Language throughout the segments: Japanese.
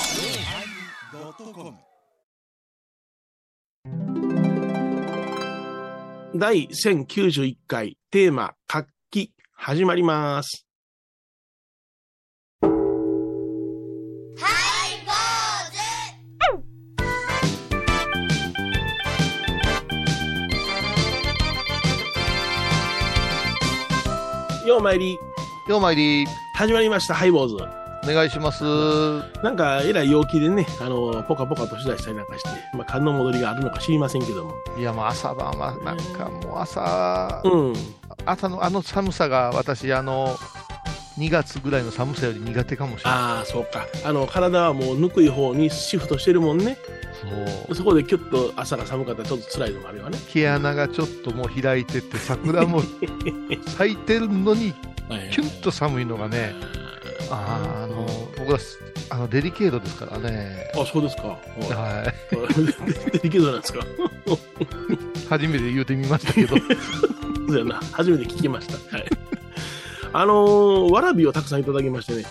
yosmir 第1091回テーマ活気始まります。ようまいり、ようまいり、始まりました、ハイボーズ。お願いします。なんか、えらい陽気でね、あの、ポカポカとしだしたりなんかして、まあ、寒の戻りがあるのか知りませんけども。いや、もう朝晩は、なんかもう朝、うん。朝のあの寒さが私、あの、2月ぐらいの寒さより苦手かもしれない。ああ、そうか。あの、体はもうぬくい方にシフトしてるもんね。そう。そこでキュッと朝が寒かったらちょっと辛いのもあるよね。毛穴がちょっともう開いてって、桜 も咲いてるのに、キュンと寒いのがね、あーあの、僕は、あの、デリケートですからね。あ、そうですか。は。はい できるなんですか。い。初めて言うてみましたけ ど。そうやな。初めて聞きました。はい。あのー、わらびをたくさんいただきましてね。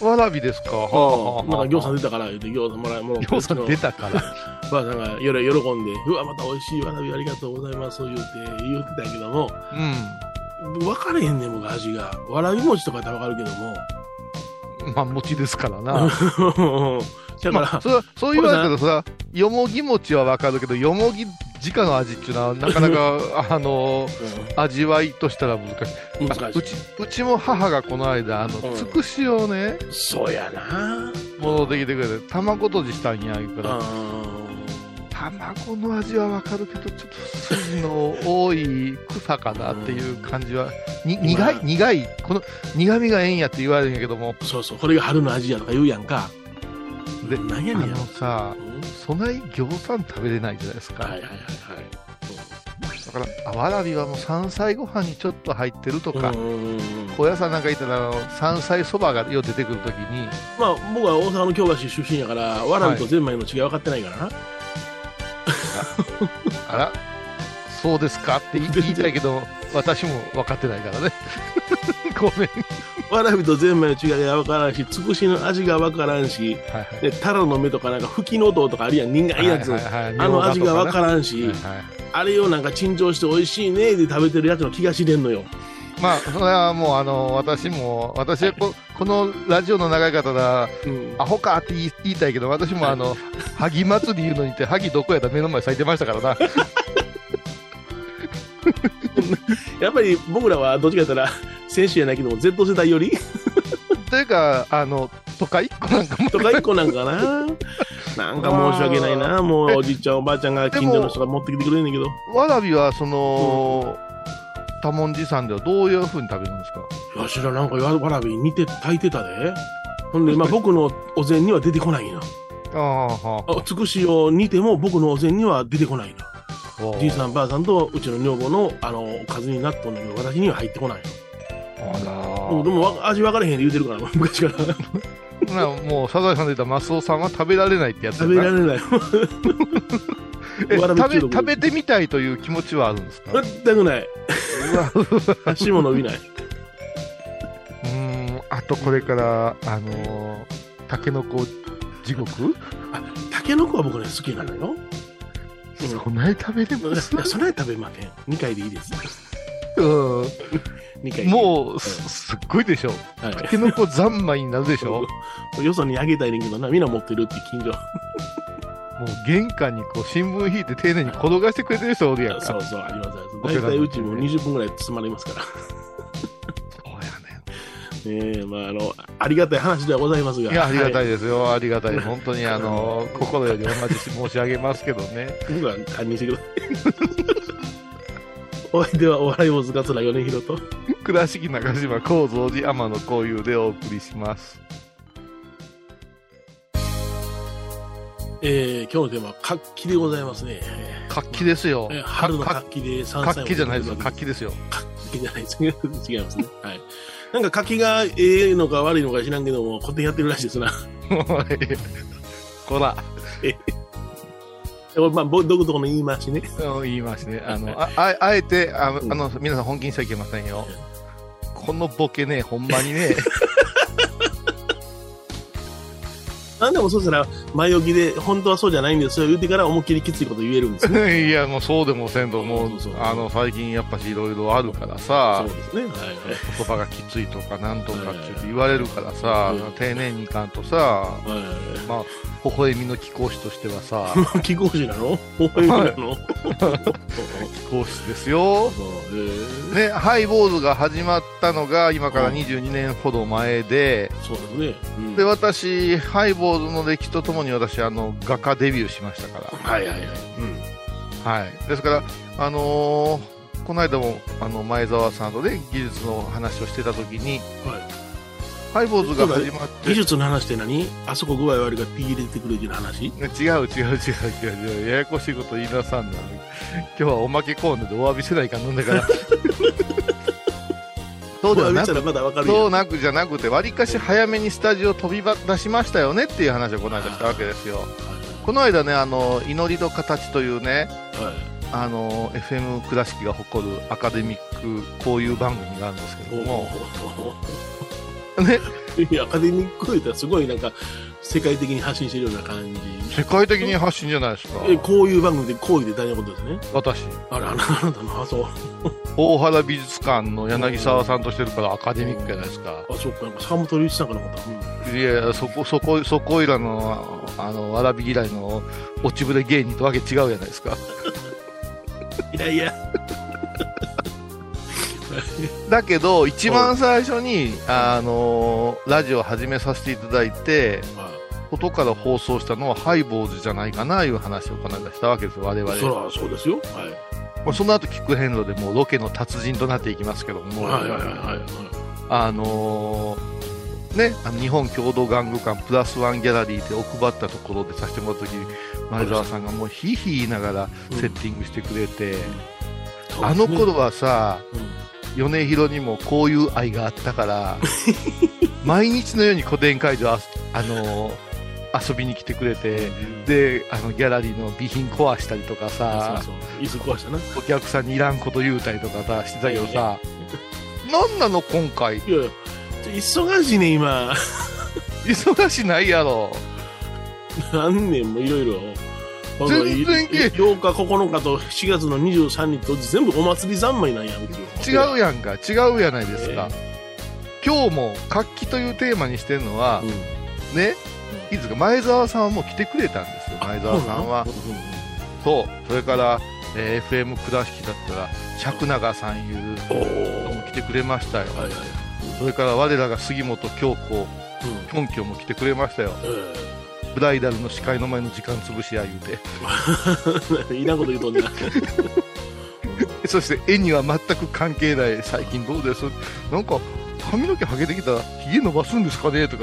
わらびですか。なんか、ぎょうさんん出たから、言うて、ぎょうさんもらえ、もらぎょうさん出たから。ばあさんが喜んで、うわ、また美味しいわらびありがとうございます、言うて、言うてたけども、うん。分かれへんねん、僕、味が。わらび餅とかやったら分かるけども。まあ、餅ですか らな。だから、まあ、それはそう言われたらさ、よもぎ餅はわかるけど、よもぎ直の味っていうのは、なか なか、あの、味わいとしたら難しい。うんあ難しうい。ち、うちも母がこの間、あうの、んつくしをね、そうやな。戻ってきてくれて、卵とじしたんや、言うから、うん卵の味はわかるけど、ちょっと筋の多い草かなっていう感じは、に苦い、苦い、この苦味がええんやって言われるんやけども、そうそう、これが春の味やとか言うやんか。で何あやねんやの。さ、うんそない餃子食べれないじゃないですか。はいはいはいはい。だからあわらびはもう山菜ご飯にちょっと入ってるとか、うんお野菜なんかいったらあの山菜そばがよう出てくるときにまあ僕は大阪の京橋出身やから、わらびとゼンマイの違い分かってないからな。あらそうですかって言い全然言いたいけど私も分かってないからね ごめん、わらびとゼンマイの違いが分からんし、つくしの味が分からんし、はいはいでタラの目とかなんか吹きの音とかあるやん、苦いやつ。はいはいはいあの味が分からんみし、ょうがとかねはいはいあれをなんか陳情して美味しいねで食べてるやつの気がしれんのよ。まあそれはもうあの私も私はここのラジオの長い方だうんアホかって言い言いたいけど私もあの萩祭り言うのにって萩どこやったら目の前咲いてまし たからなやっぱり僕らはどっちかと言ったら、選手やないけども、Z 世代よりというかあの都会っ子なんかもとか一個なんかな。なんか申し訳ないな。もうおじいちゃんおばあちゃんが近所の人が持ってきてくれんねんけど。わらびはその、多文字さんではどういうふうに食べるんですかいや、知らんなんかわわらび煮て炊いてたで。ほんで、まあ僕のお膳には出てこないな。ああ、はあつくしを煮ても僕のお膳には出てこないな。あじいさんばあさんとうちの女房のあのおかずに納豆の私には入ってこないあらの。うんでもわ味分からへんって言うてるから、 昔から。なもうサザエさんで言ったらマスオさんは食べられないってやつだ食なべられない。 えわらび食べ中毒食べてみたいという気持ちはあるんですかう全く ない。わう足も伸びない。ーんあとこれからあのーたけのこ地獄、タケノコは僕ね、好きなのよ。うんそんなに食べれますいやそれは食べません。2回でいいです。う2回んもうすすっごいでしょう、はいたけのこ三昧になるでしょもよそにあげたいねんけどな、みんな持ってるって近所。う玄関にこう新聞引いて丁寧に転がしてくれてる人おるやんかそうそう、ありますありおます。寺大体うのちも20分ぐらい積まれますから。そうやねねえ、まあ、あの、ありがたい話ではございますが。いや、ありがはたいですよ、ありがたい、本当にあの心よりお待ち申し上げますけど ね、い。僕は堪忍してください。 お相手はお笑い大塚つら米広と。倉敷中島幸三寺天野幸雄でお送りします。えー、今日のテーマは活気でございますね。え活気ですよ、ー春のか活気で山か菜を活気じゃないですよ、活気ですよ、活気じゃないです違います ね。はい。なんか活気がええのか悪いのか知らんけども、古典やってるらしいですな。 おいこら、これまあ、僕独特の言い回しね。うん言いますね、あのあああえてあのうん あの、皆さん、本気にしちゃいけませんよ、このボケね、ほんまにね、なんでもそうしたら、前置きで、本当はそうじゃないんですよ、言うてから思いっきりきついこと言えるんですよ。いや、もうそうでもせんと、もうそうそうそうあの最近やっぱしいろいろあるからさそう、ですね。はい言葉がきついとかなんとかって言われるからさうん、丁寧にいかんとさ、はい。はまあ、微笑みの貴公子として はさ、い。気候士なの応援なの、貴公子ですよ。そうえーね、ハイボーズが始まったのが今から22年ほど前で、そうですね。うんで、私、ハイボーズの歴史とともに私、あの、画家デビューしましたかはいはいはい。うん。ら。はい。ですから、あのーこの間も、あの、前澤さんとね、技術の話をしてた時に、はい、ハイボーズが始まっ技て、術の話って何あそこ具合悪いからピー入れてくれっていう話違う違う違う違う違うややこしいこと言いなさんな今日はおまけコーナーでお詫びせないかんのだから そうではなたくらまだわかるやんそうなくじゃなくてわりかし早めにスタジオ飛び出しましたよねっていう話をこの間したわけですよこの間ねあの祈りの形というねはいあの FM 倉敷が誇るアカデミックこういう番組があるんですけおどおもねね、いやアカデミックを言ったらすごいなんか世界的に発信してるような感 じ世界的に発信じゃないですかえこういう番組でこういうで大事なことですね私あらあなあなたのあそう大原美術館の柳沢さんとしてるからアカデミックじゃないですかあそうかなんか坂本龍一さんかな思った、うんいやそこそこそこいらのあのわらび嫌いの落ちぶれ芸人とわけ違うじゃないですかいやいやだけど一番最初にあのラジオ始めさせていただいてま音から放送したのはハイボーズじゃないかないう話をこの間したわけですよ我あ々そらそうですよはいまあその後聞く遍路でもうロケの達人となっていきますけども、はいはいはいはいあのーね、あの日本共同玩具館プラスワンギャラリーで奥ばったところでさせてもらった時前澤さんがもうヒーヒー言いながらうんセッティングしてくれて、そうあですねの頃はさうん米広にもこういう愛があったから 毎日のように古典会場あ、あのー遊びに来てくれてであのギャラリーの備品壊したりとかさそうそう椅子壊したなお客さんにいらんこと言うたりとかさしてたけどさ何なの今い回やいやちょ忙しいね今忙しないやろ何年もいろいろ全然け8日9日と7月の23日と全部お祭り三昧なんやみたい違なうやんか違うやないですか、今日も活気というテーマにしてるのは、うんねいつか前澤さんはもう来てくれたんですよ前澤さんはそうなのそうそれから、えー FM 倉敷だったら釈永さんいうおおのも来てくれましたよはいはいそれから我らが杉本京子うんきょんきょんも来てくれましたよえブライダルの司会の前の時間潰しや言うてえいいなこと言うとんねんなそして絵には全く関係ない最近どうですなんか髪の毛はげてきたらひげ伸ばすんですかねとか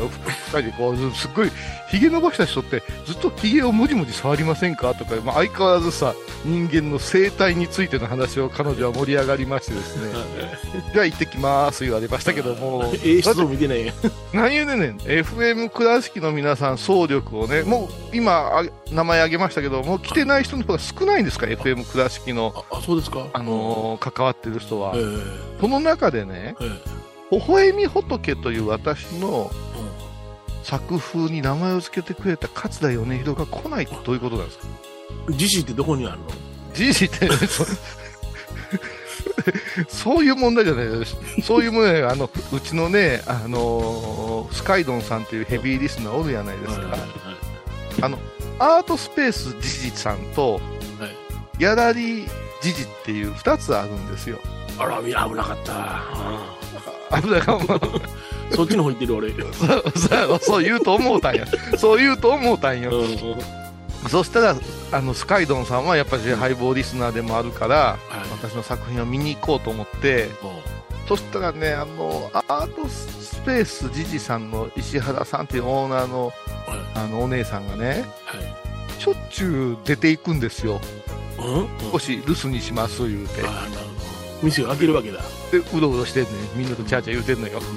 二人でこうすっごいひげ伸ばした人ってずっとひげをもじもじ触りませんかとか、まあ、相変わらずさ人間の生態についての話を彼女は盛り上がりましてですねじゃあ行ってきます言われましたけどもええ人も見てないやん何言うねんねん FM 倉敷の皆さん総力をねもう今あ名前挙げましたけどもう来てない人の方が少ないんですか FM 倉敷の、ああそうですかあのー関わってる人はえ。その中でね、ええ微笑み仏という私のえうん作風に名前を付けてくれた桂米広が来ないってどういうことなんですか自身ってどこにあるのじいじって、そ そういう問題じゃないです。そういう問題あの、うちのね、あのースカイドンさんというヘビーリスナーおるじゃないですか。アートスペースじじさんと、はいギャラリーじじっていう2つあるんですよ。あら危なかったあだからもうそっちの方行ってる俺うん そうそう言うと思うたんや。そう言うと思うたんよ。うんそしたらあのスカイドンさんはやっぱりハイボーリスナーでもあるから、はい私の作品を見に行こうと思っておうそしたらねあのアートスペースじじさんの石原さんっていうオーナーのはいあのお姉さんがねはいしょっちゅう出ていくんですようんうん少し留守にします言うてあなるほど店を開けるわけだでうろうろしてんねみんなとチャーチャー言うてんのよ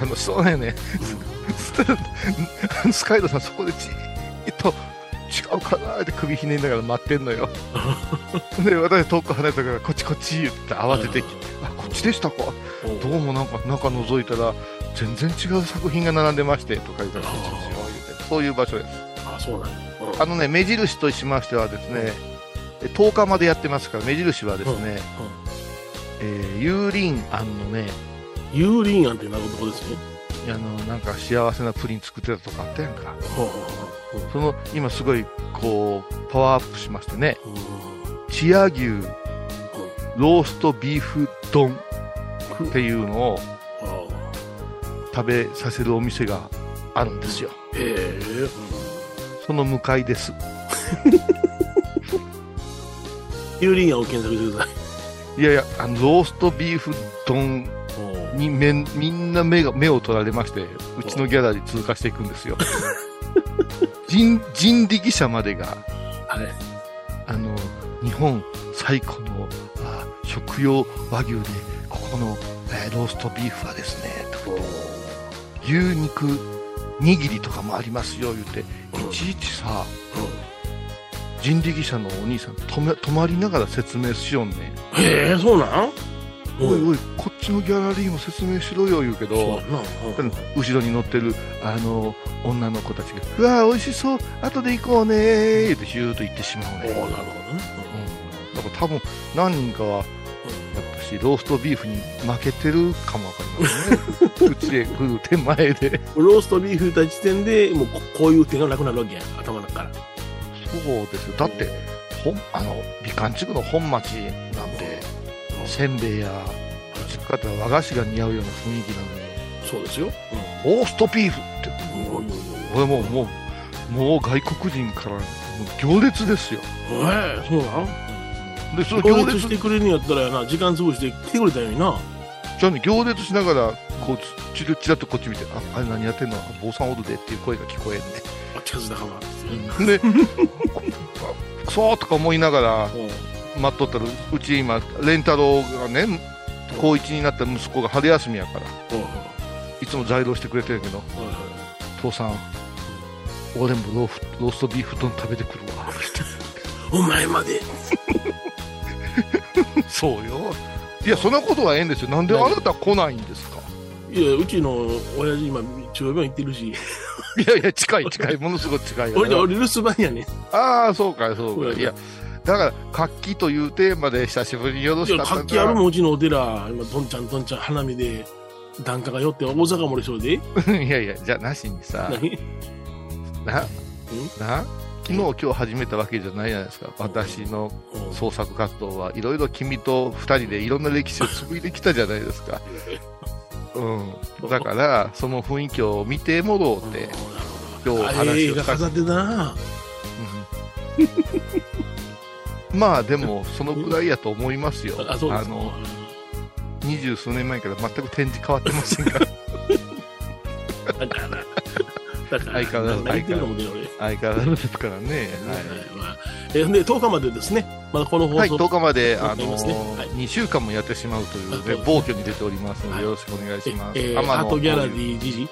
楽しそうだよね そしたらスカイドンさんそこでじーっと違うかなーって首ひねりながら待ってんのよで私遠く離れたからこっちこっち言って慌ててきて、あこっちでしたかおうどうもなんか中覗いたら全然違う作品が並んでましてとか言ったらあーこっちですよそういう場所です。あ、そうなんだ。うんあのね、目印としましてはですね、え10日までやってますから、目印はですね、えー、油林庵のね、油林庵ってなるとこですね。あの、なんか幸せなプリン作ってたとかあったやんか。ほうほうほその、今すごい、こう、パワーアップしましてね、ううんうんチア牛ローストビーフ丼っていうのをうんあ食べさせるお店があるんですよ。ーへえ。その向かいです。油林庵を検索してください。いやいや、あのローストビーフ丼にめんみんな目が目を取られまして、うちのギャラリー通過していくんですよ。人人力車までが、あれあの、日本最古のあ食用和牛で、ここの、えーローストビーフはですね、と牛肉握りとかもありますよ、言って、いちいちさ、人力車のお兄さん止め止まりながら説明しよんねんへえ、そうなんおいい。おいこっちのギャラリーも説明しろよ言うそけうどやな。うん後ろに乗ってるあの女の子たちが「うわー美味しそう後で行こうねー」言ってヒューッと行ってしまうおーね、なるほどね。うん、だから多分何人かはやっぱしローストビーフに負けてるかもわかりませんねうちへ来る手前でうんローストビーフいた時点で、もうここういう手がなくなるわけや。頭の中から。そうですよだってほんあの美観地区の本町なんてうんせんべいや作方は和菓子が似合うような雰囲気なのにそうですよ。ローストビーフってうんうんうんうん俺もうもうもう外国人からもう行列ですよええ、そうなんでその行行列列してくれるんやったらやな、時間潰して来てくれたよにな。じゃあね行列しながらこうちちらっとこっち見て「ああれ何やってんの坊さんおるで」っていう声が聞こえんあ、近づいたかも。ねでくそーとか思いながらうん待っとったらうち今レンタロウがね高1になった息子が春休みやからうんいつも在労してくれてるけど「父さん俺もローフローストビーフ丼食べてくるわ」お前まで。そうよ。いや、そんなことはええんですよ。なんであなた来ないんですかいや、うちの親父今、中央病院行ってるし、いやいや、近い近い、ものすごい近いよ俺でね、俺留守番やねん。ああ、そうか、そそううやか。ねいや、だから、活気というテーマで久しぶりによろいしや、かった活気あるんもん、うちのお寺。今、どんちゃんどんちゃん、花見で、檀家が寄って、大阪もでしょうで。だ。 いやいや、じゃあ、なしにさ、何な、な、昨日、今日始めたわけじゃないじゃないですか。私のうん創作活動はいろいろ君と二人でいろんな歴史を紡いできたじゃないで すか。うん。だから、その雰囲気を見てもろうって、今日あれ話映を画さ飾ってたな。うん まあでもそのぐらいやと思いますよ。あ、そうですか。の二十数年前から全く展示変わってません からだから、だから、相変わらず泣いてるかもね、俺。相変わらずですからね。はいはいまあえーで10日までですね、まだこの放はい、送、 10日まで、そうあなりのますねはい2週間もやってしまうという、そうねです、暴挙に出ておりますのはで、いよろしくお願いします。えー天野アートギャラリー時事、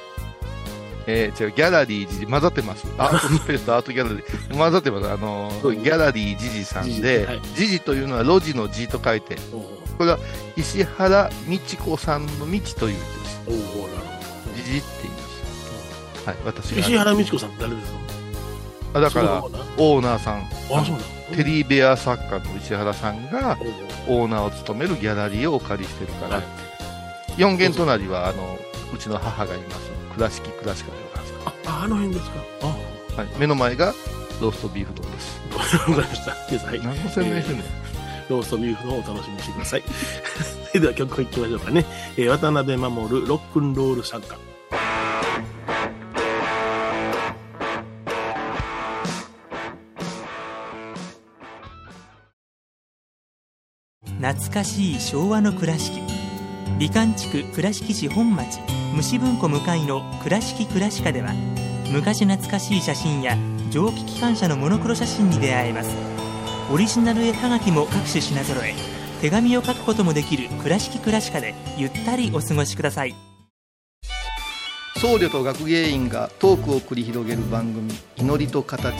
えー違う、ギャラリーじじ、混ざっ てます。アートスペースとアートギャラリー、混ざってます。あのそうギャラリーじじさんじじではい、じじ、というのは路地のじと書いて、おうこれは石原美智子さんの道という字です。おうおうなるほじじって言います。はい、私どが石原美智子さんって誰ですかあだかそうらなのなオーナーさんあ、そうなのテリーベア作家の石原さんがおうおうオーナーを務めるギャラリーをお借りしてるから、はい四軒隣はあのうちの母がいます倉敷倉敷でございまああ、あの辺ですか。あす、はい、目の前がローストビーフ丼ですあ、ありがとうございました。皆さん、はい何の宣伝してんの、ローストビーフのお楽しみにしてください。それでは曲い きましょうかね。えー渡辺守、ロックンロール参加。懐かしい昭和の倉敷美観地区倉敷市本町虫文庫向かいの「倉敷倉歯科」では昔懐かしい写真や蒸気機関車のモノクロ写真に出会えますオリジナル絵はがきも各種品揃え手紙を書くこともできる「倉敷倉歯科」でゆったりお過ごしください僧侶と学芸員がトークを繰り広げる番組「祈りと形」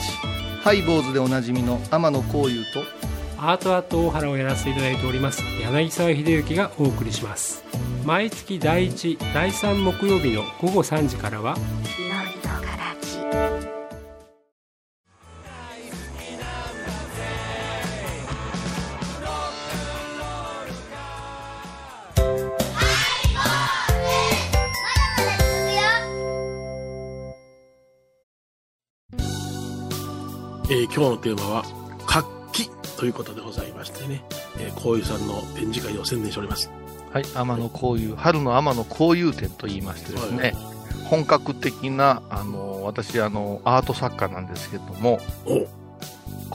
ハイ坊主でおなじみの天野幸雄とアートアート大原をやらせていただいております柳沢秀幸がお送りします毎月第1第3木曜日の午後3時からは祈りと形えー今日のテーマは活気ということでございましてね、えー、こういうさんの展示会を宣伝しております。はい、天野紅遊、春の天野紅遊展と言いましてですね、はい本格的な、あの、私、あの、アート作家なんですけども、お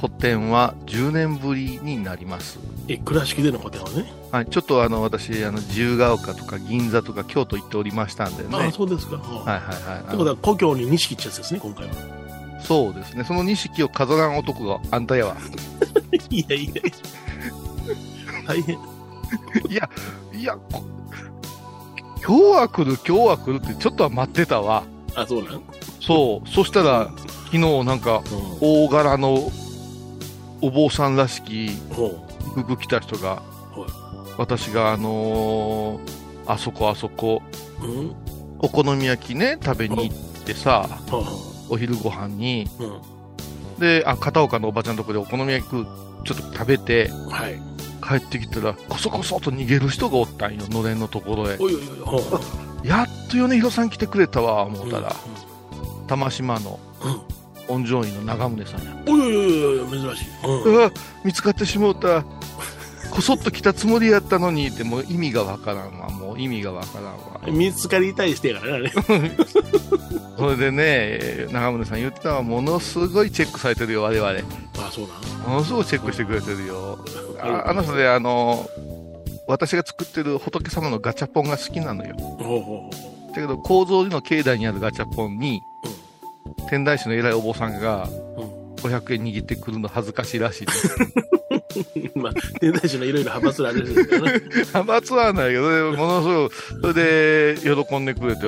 古典は10年ぶりになります。えー倉敷での個展をね。はい、ちょっとあの、私、あの、自由が丘とか銀座とか京都行っておりましたんでね。あはいあ、そうですか。はいははいい。あということの。は、故郷に錦ってやつですね、今回は。そうですね、その錦を飾らん男があんたやわ。いやいやいや。大変。いや、いや、こ今日は来る、今日は来るってちょっとは待ってたわ。あ、そうなん。そう、そしたら昨日なんかうん大柄のお坊さんらしきほう。服着た人がほ私があのーあそこあそこう。うん。お好み焼きね食べに行ってさはあはお昼ご飯にあ。であ片岡のおばちゃんのとこでお好み焼き食うちょっと食べてうん。はい。帰ってきたらこそこそと逃げる人がおったんよのれんのところへおいおいおい。ほうほう。やっと米広さん来てくれたわ思うたら玉島のう温城院の長宗さんやん。うん。おいおいおいおい、珍しい。ううん。わ見つかってしもうたこそっと来たつもりやったのにってもう意味がわからんわもう意味がわからんわ見つかりたいしてやからね、あれそれでねえー長宗さん言ってたのはものすごいチェックされてるよ我々あ、そうなん。ものすごいチェックしてくれてるよあああの人であの私が作ってる仏様のガチャポンが好きなのよほうほうほうほだけど構造寺の境内にあるガチャポンに天台宗の偉いお坊さんがうん500円握ってくるの恥ずかしいらしいですう。 まあ、天台宗のいろいろ派閥があるんですけど ね。派閥はないけどでものすごいそれで喜んでくれて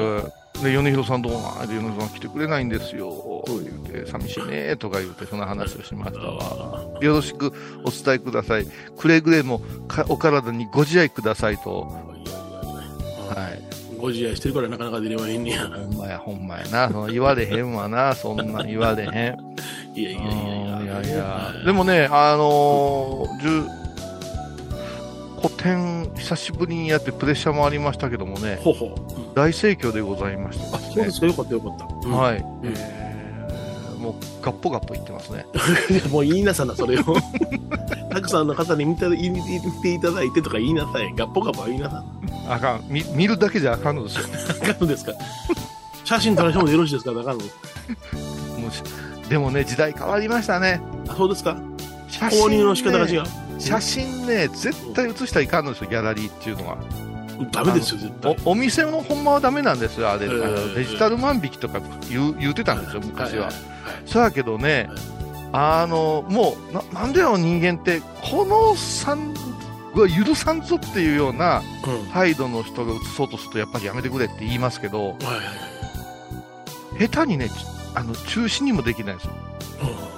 で米広さんどうなんで米広さん来てくれないんですよ言って寂しいねとか言ってそんな話をしましたわよろしくお伝えください。くれぐれもかお体にご自愛くださいと。はい。ご自愛してるからなかなか出ればいいんねや。ほんまや、ほんまやな。その言われへんわな。そんなん言われへん。いやいやいやういんや。いやはでもね、あのー、十、古典、久しぶりにやってプレッシャーもありましたけどもね、ほうほう。大盛況でございましてあ、そうでですすか。よかったよかった。。ね。はいい。えーもう、ガッポガッポ言ってますね。もう言いなさな、それを。 たくさんの方に見た見ていただいてとか言いなさい。ガッポガッポ言いなさあかん。見見るだけじゃあかん のですよ。い。あかんのですか。写真撮らせてもよろしいですか、中野。もうしでもね、時代変わりましたね。あ、そうですか。写真ね購入の仕方が違う。写真ね絶対写したらいかんのですよギャラリーっていうのはダメですよ、絶対。おお店のほんまはダメなんですよあれ、えーあのデジタル万引きとか言う言うてたんですよ昔は、いそやけどね、あのもうななんでよ人間ってこの3は許さんぞっていうようなはい。うん。態度の人が写そうとするとやっぱりやめてくれって言いますけどはいはい下手にねあの中止にもできないんですよは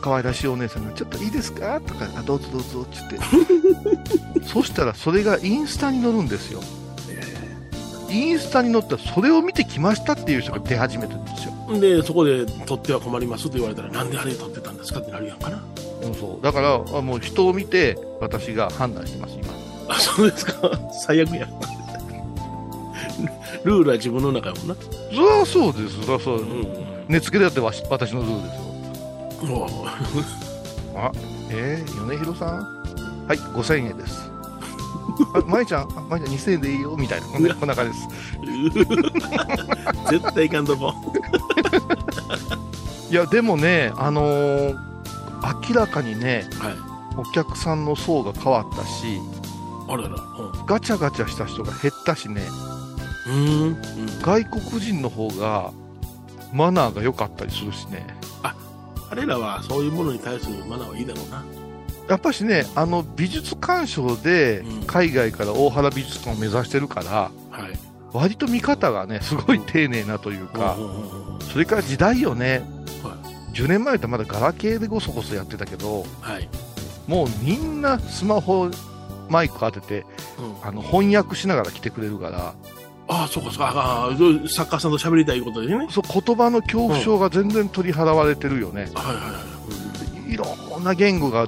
可愛らしいお姉さんが「ちょっといいですか?」とか「あどうぞどうぞ」っつって そしたらそれがインスタに載るんですよインスタに載ったらそれを見てきましたっていう人が出始めてるんですよ、い。で、そこで、取っては困りますと言われたら、なんであれ取ってたんですかってなるやんかな。うん、そうだからあもう人を見て私が判断してます今あ、そうですか。最悪や。 ルールは自分の中やもんな。そりゃそうですそりゃそううですん。寝つけだってわし私のルールですよもあえー、米広さんはい5000円 ですあまいちゃんあまいちゃん2000円でいいよみたいなこんなこんな感じですう。 絶対いかんとこ。いやでもねあのー明らかにねはい。お客さんの層が変わったしあらら。ガチャガチャした人が減ったしねうん。うん。外国人の方がマナーが良かったりするしね彼らはそういうものに対するマナーはいいだろうな。やっぱしねあの美術鑑賞でうん海外から大原美術館を目指してるからはい。割と見方がねすごい丁寧なというかうんうんうんうんそれから時代よねは10年前ってまだガラケーでごそごそやってたけどはい。もうみんなスマホマイク当ててうんあの翻訳しながら来てくれるからああ、そうかそうか。ああ、そう作家さんと喋りたいことでね。そう言葉の恐怖症が全然取り払われてるよね、はいはいはいろんな言語が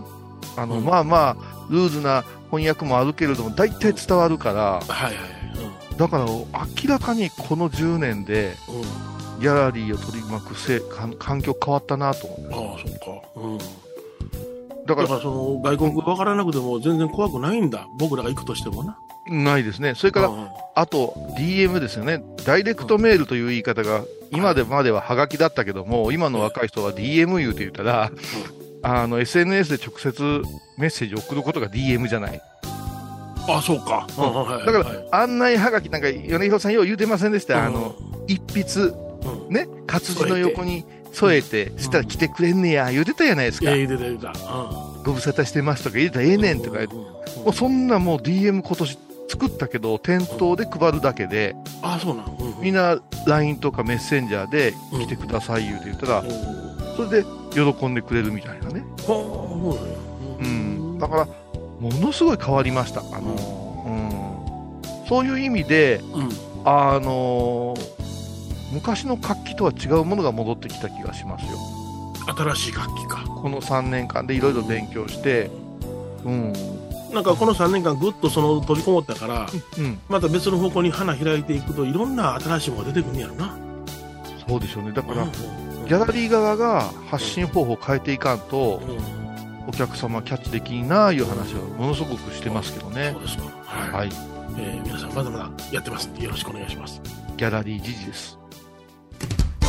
あの、うんまあまあルーズな翻訳もあるけれども大体伝わるからい。はいはいはい。だから明らかにこの10年でうん。うんギャラリーを取り巻くせいかん環境変わったなと思うああ、そっか。うん。だだからからその外国語わからなくても全然怖くないんだ。僕らが行くとしてもな。ないですねそれからうんあと DM ですよねダイレクトメールという言い方が今でまではハガキだったけども今の若い人は DM 言うて言ったらあの SNS で直接メッセージを送ることが DM じゃないあ、そうか。うんうんはいだからはい案内ハガキなんか米広さんよう言うてませんでしたあの一筆うんね活字の横に添えてそしたら来てくれんねや言うてたじゃないですかええ出て出てた。うんご無沙汰してますとか入れたらええねんとか言ってうんうんもうそんなもう DM 今年作ったけど店頭で配るだけであ、そうなん。うんうんみんな LINE とかメッセンジャーで来てください言うて言ったらうんそれで喜んでくれるみたいなねほうそうなんやううんんだからものすごい変わりましたあのうんそういう意味でうんあのー昔の活気とは違うものが戻ってきた気がしますよ新しい楽器か。この3年間でいろいろ勉強してうんなんかこの3年間ぐっとその閉じこもったから、うんまた別の方向に花開いていくといろんな新しいものが出てくるんやろな。そうでしょうねだからうんギャラリー側が発信方法を変えていかんとうんお客様キャッチできんなあいう話はものすごくしてますけどねそうですか。はい。はいえー皆さんまだまだやってますんでよろしくお願いします。ギャラリー時事です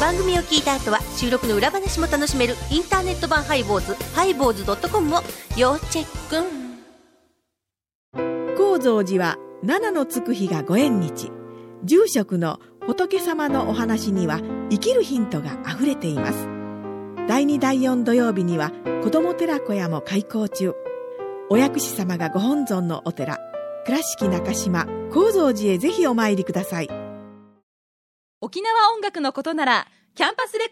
番組を聞いた後は収録の裏話も楽しめるインターネット版ハイボーズハイボーズドットコムを要チェック高蔵寺は七のつく日がご縁日住職の仏様のお話には生きるヒントがあふれています第2第4土曜日には子ども寺小屋も開校中お薬師様がご本尊のお寺倉敷中島・高蔵寺へぜひお参りください沖縄音楽のことならキャンパスレコ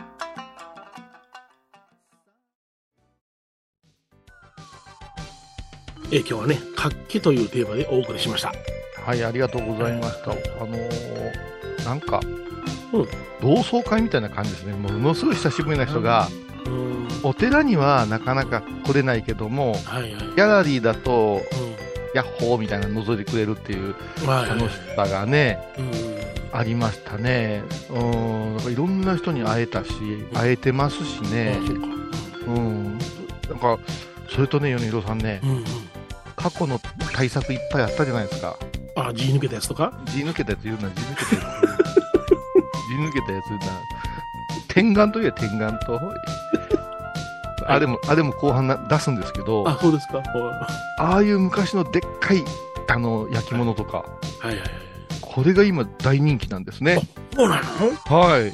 えー今日はね、活気というテーマでお送りしました。はいありがとうございましたあのーなんか、うん同窓会みたいな感じですねものすごい久しぶりな人がうん。お寺にはなかなか来れないけどもはいはい。ギャラリーだとヤッホーみたいなの覗いてくれるっていううん。はいはい楽しさがねうんありましたねうんなんかいろんな人に会えたし会えてますしねあそうかうんなんかそれとね米広さんねうんうん。過去の対策いっぱいあったじゃないですかあ、G 抜けたやつとか地抜けたやつ言うな地抜 けたやつ地抜けたやつ言うな天眼といえば天眼とあれもあれも後半な出すんですけどあ、そうですか。ほうああいう昔のでっかいあの焼き物とか、はいはいはい。これが今大人気なんですね。そうなのはい。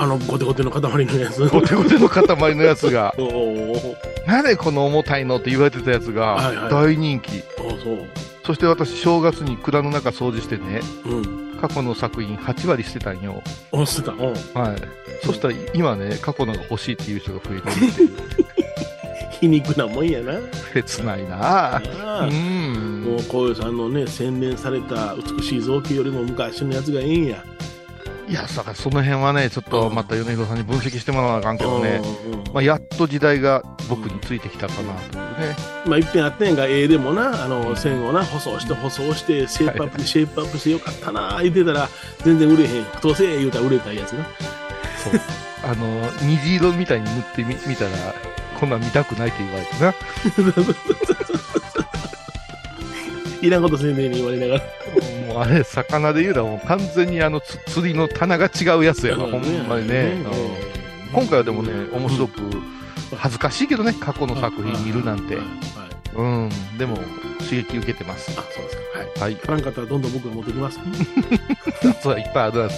あの、ゴテゴテの塊のやつ。お、ゴテゴテの塊のやつが おーなぜこの重たいのって言われてたやつはいはがい大人気。おーそう。そして私、正月に蔵の中掃除してね、うん。過去の作品8割してたんよ。お捨てた。うん。はい。そしたら今ね、過去のが欲しいっていう人が増え てるっていう皮肉なもんやな。切ないなあうなあもんう、。こういうさんのね、洗練された美しい造形よりも昔のやつがいいんや。いや、だからその辺はね、ちょっとまた米広さんに分析してもらわなあかんけどね。うんうんまあ、やっと時代が僕についてきたかなというね。まあ、いっぺんあってんが、ええでもな、あの、線をな、舗装して、舗装して、シェイプアップ、シェイプアップしてよかったな、言ってたら、全然売れへん。太せえ言うたら売れたやつな。そう。あの、虹色みたいに塗ってみ見たら、こんなん見たくないって言われてな。いらんことせんねえに言われながら。もうあれ、魚で言うならもう完全にあのつ釣りの棚が違うやつやわ、ほんまにね。うん今回はでもね、面白く、恥ずかしいけどね、過去の作品見るなんてはい。はいうん、でも刺激受けてます。あ、そうですか。はい。はい。買わんかったらどんどん僕が持ってきます。そういっぱいあるな、ち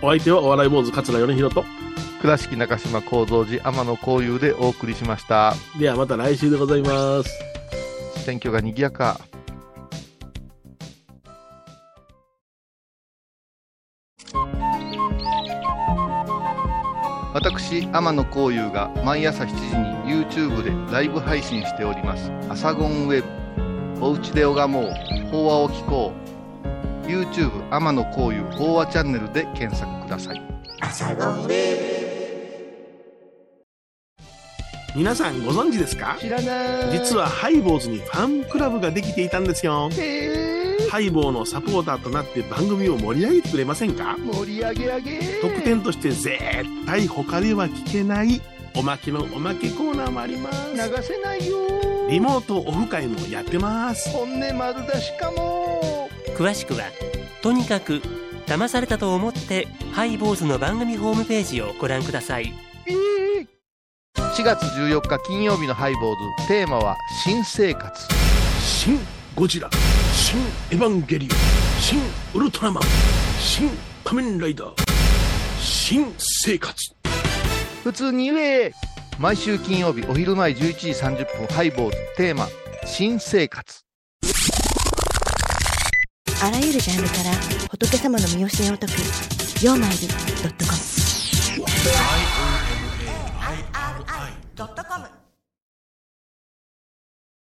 お相手はお笑い坊主桂米広と。倉敷中島幸三寺天野幸雄でお送りしました。ではまた来週でございます。選挙が賑やか。私天野幸雄が毎朝7時に YouTube でライブ配信しております「アサゴンウェブ」「おうちで拝もう法話を聞こう」YouTube 天野幸雄法話チャンネルで検索ください皆さんご存知ですか知らない実はハイボーズにファンクラブができていたんですよハイボーのサポーターとなって番組を盛り上げてくれませんか盛り上げ上げ特典として絶対他では聞けないおまけのおまけコーナーもあります流せないよリモートオフ会もやってます本音丸出しかも詳しくはとにかく騙されたと思ってハイボーズの番組ホームページをご覧ください4月14日金曜日のハイボーズテーマは「新生活」シン・ゴジラシン・エヴァンゲリオンシン・ウルトラマンシン・仮面ライダー新生活普通に言え毎週金曜日お昼前11時30分ハイボーズテーマ「新生活あらゆるジャンルから仏様の身教えを解く「曜マイルドットコム」ドットコム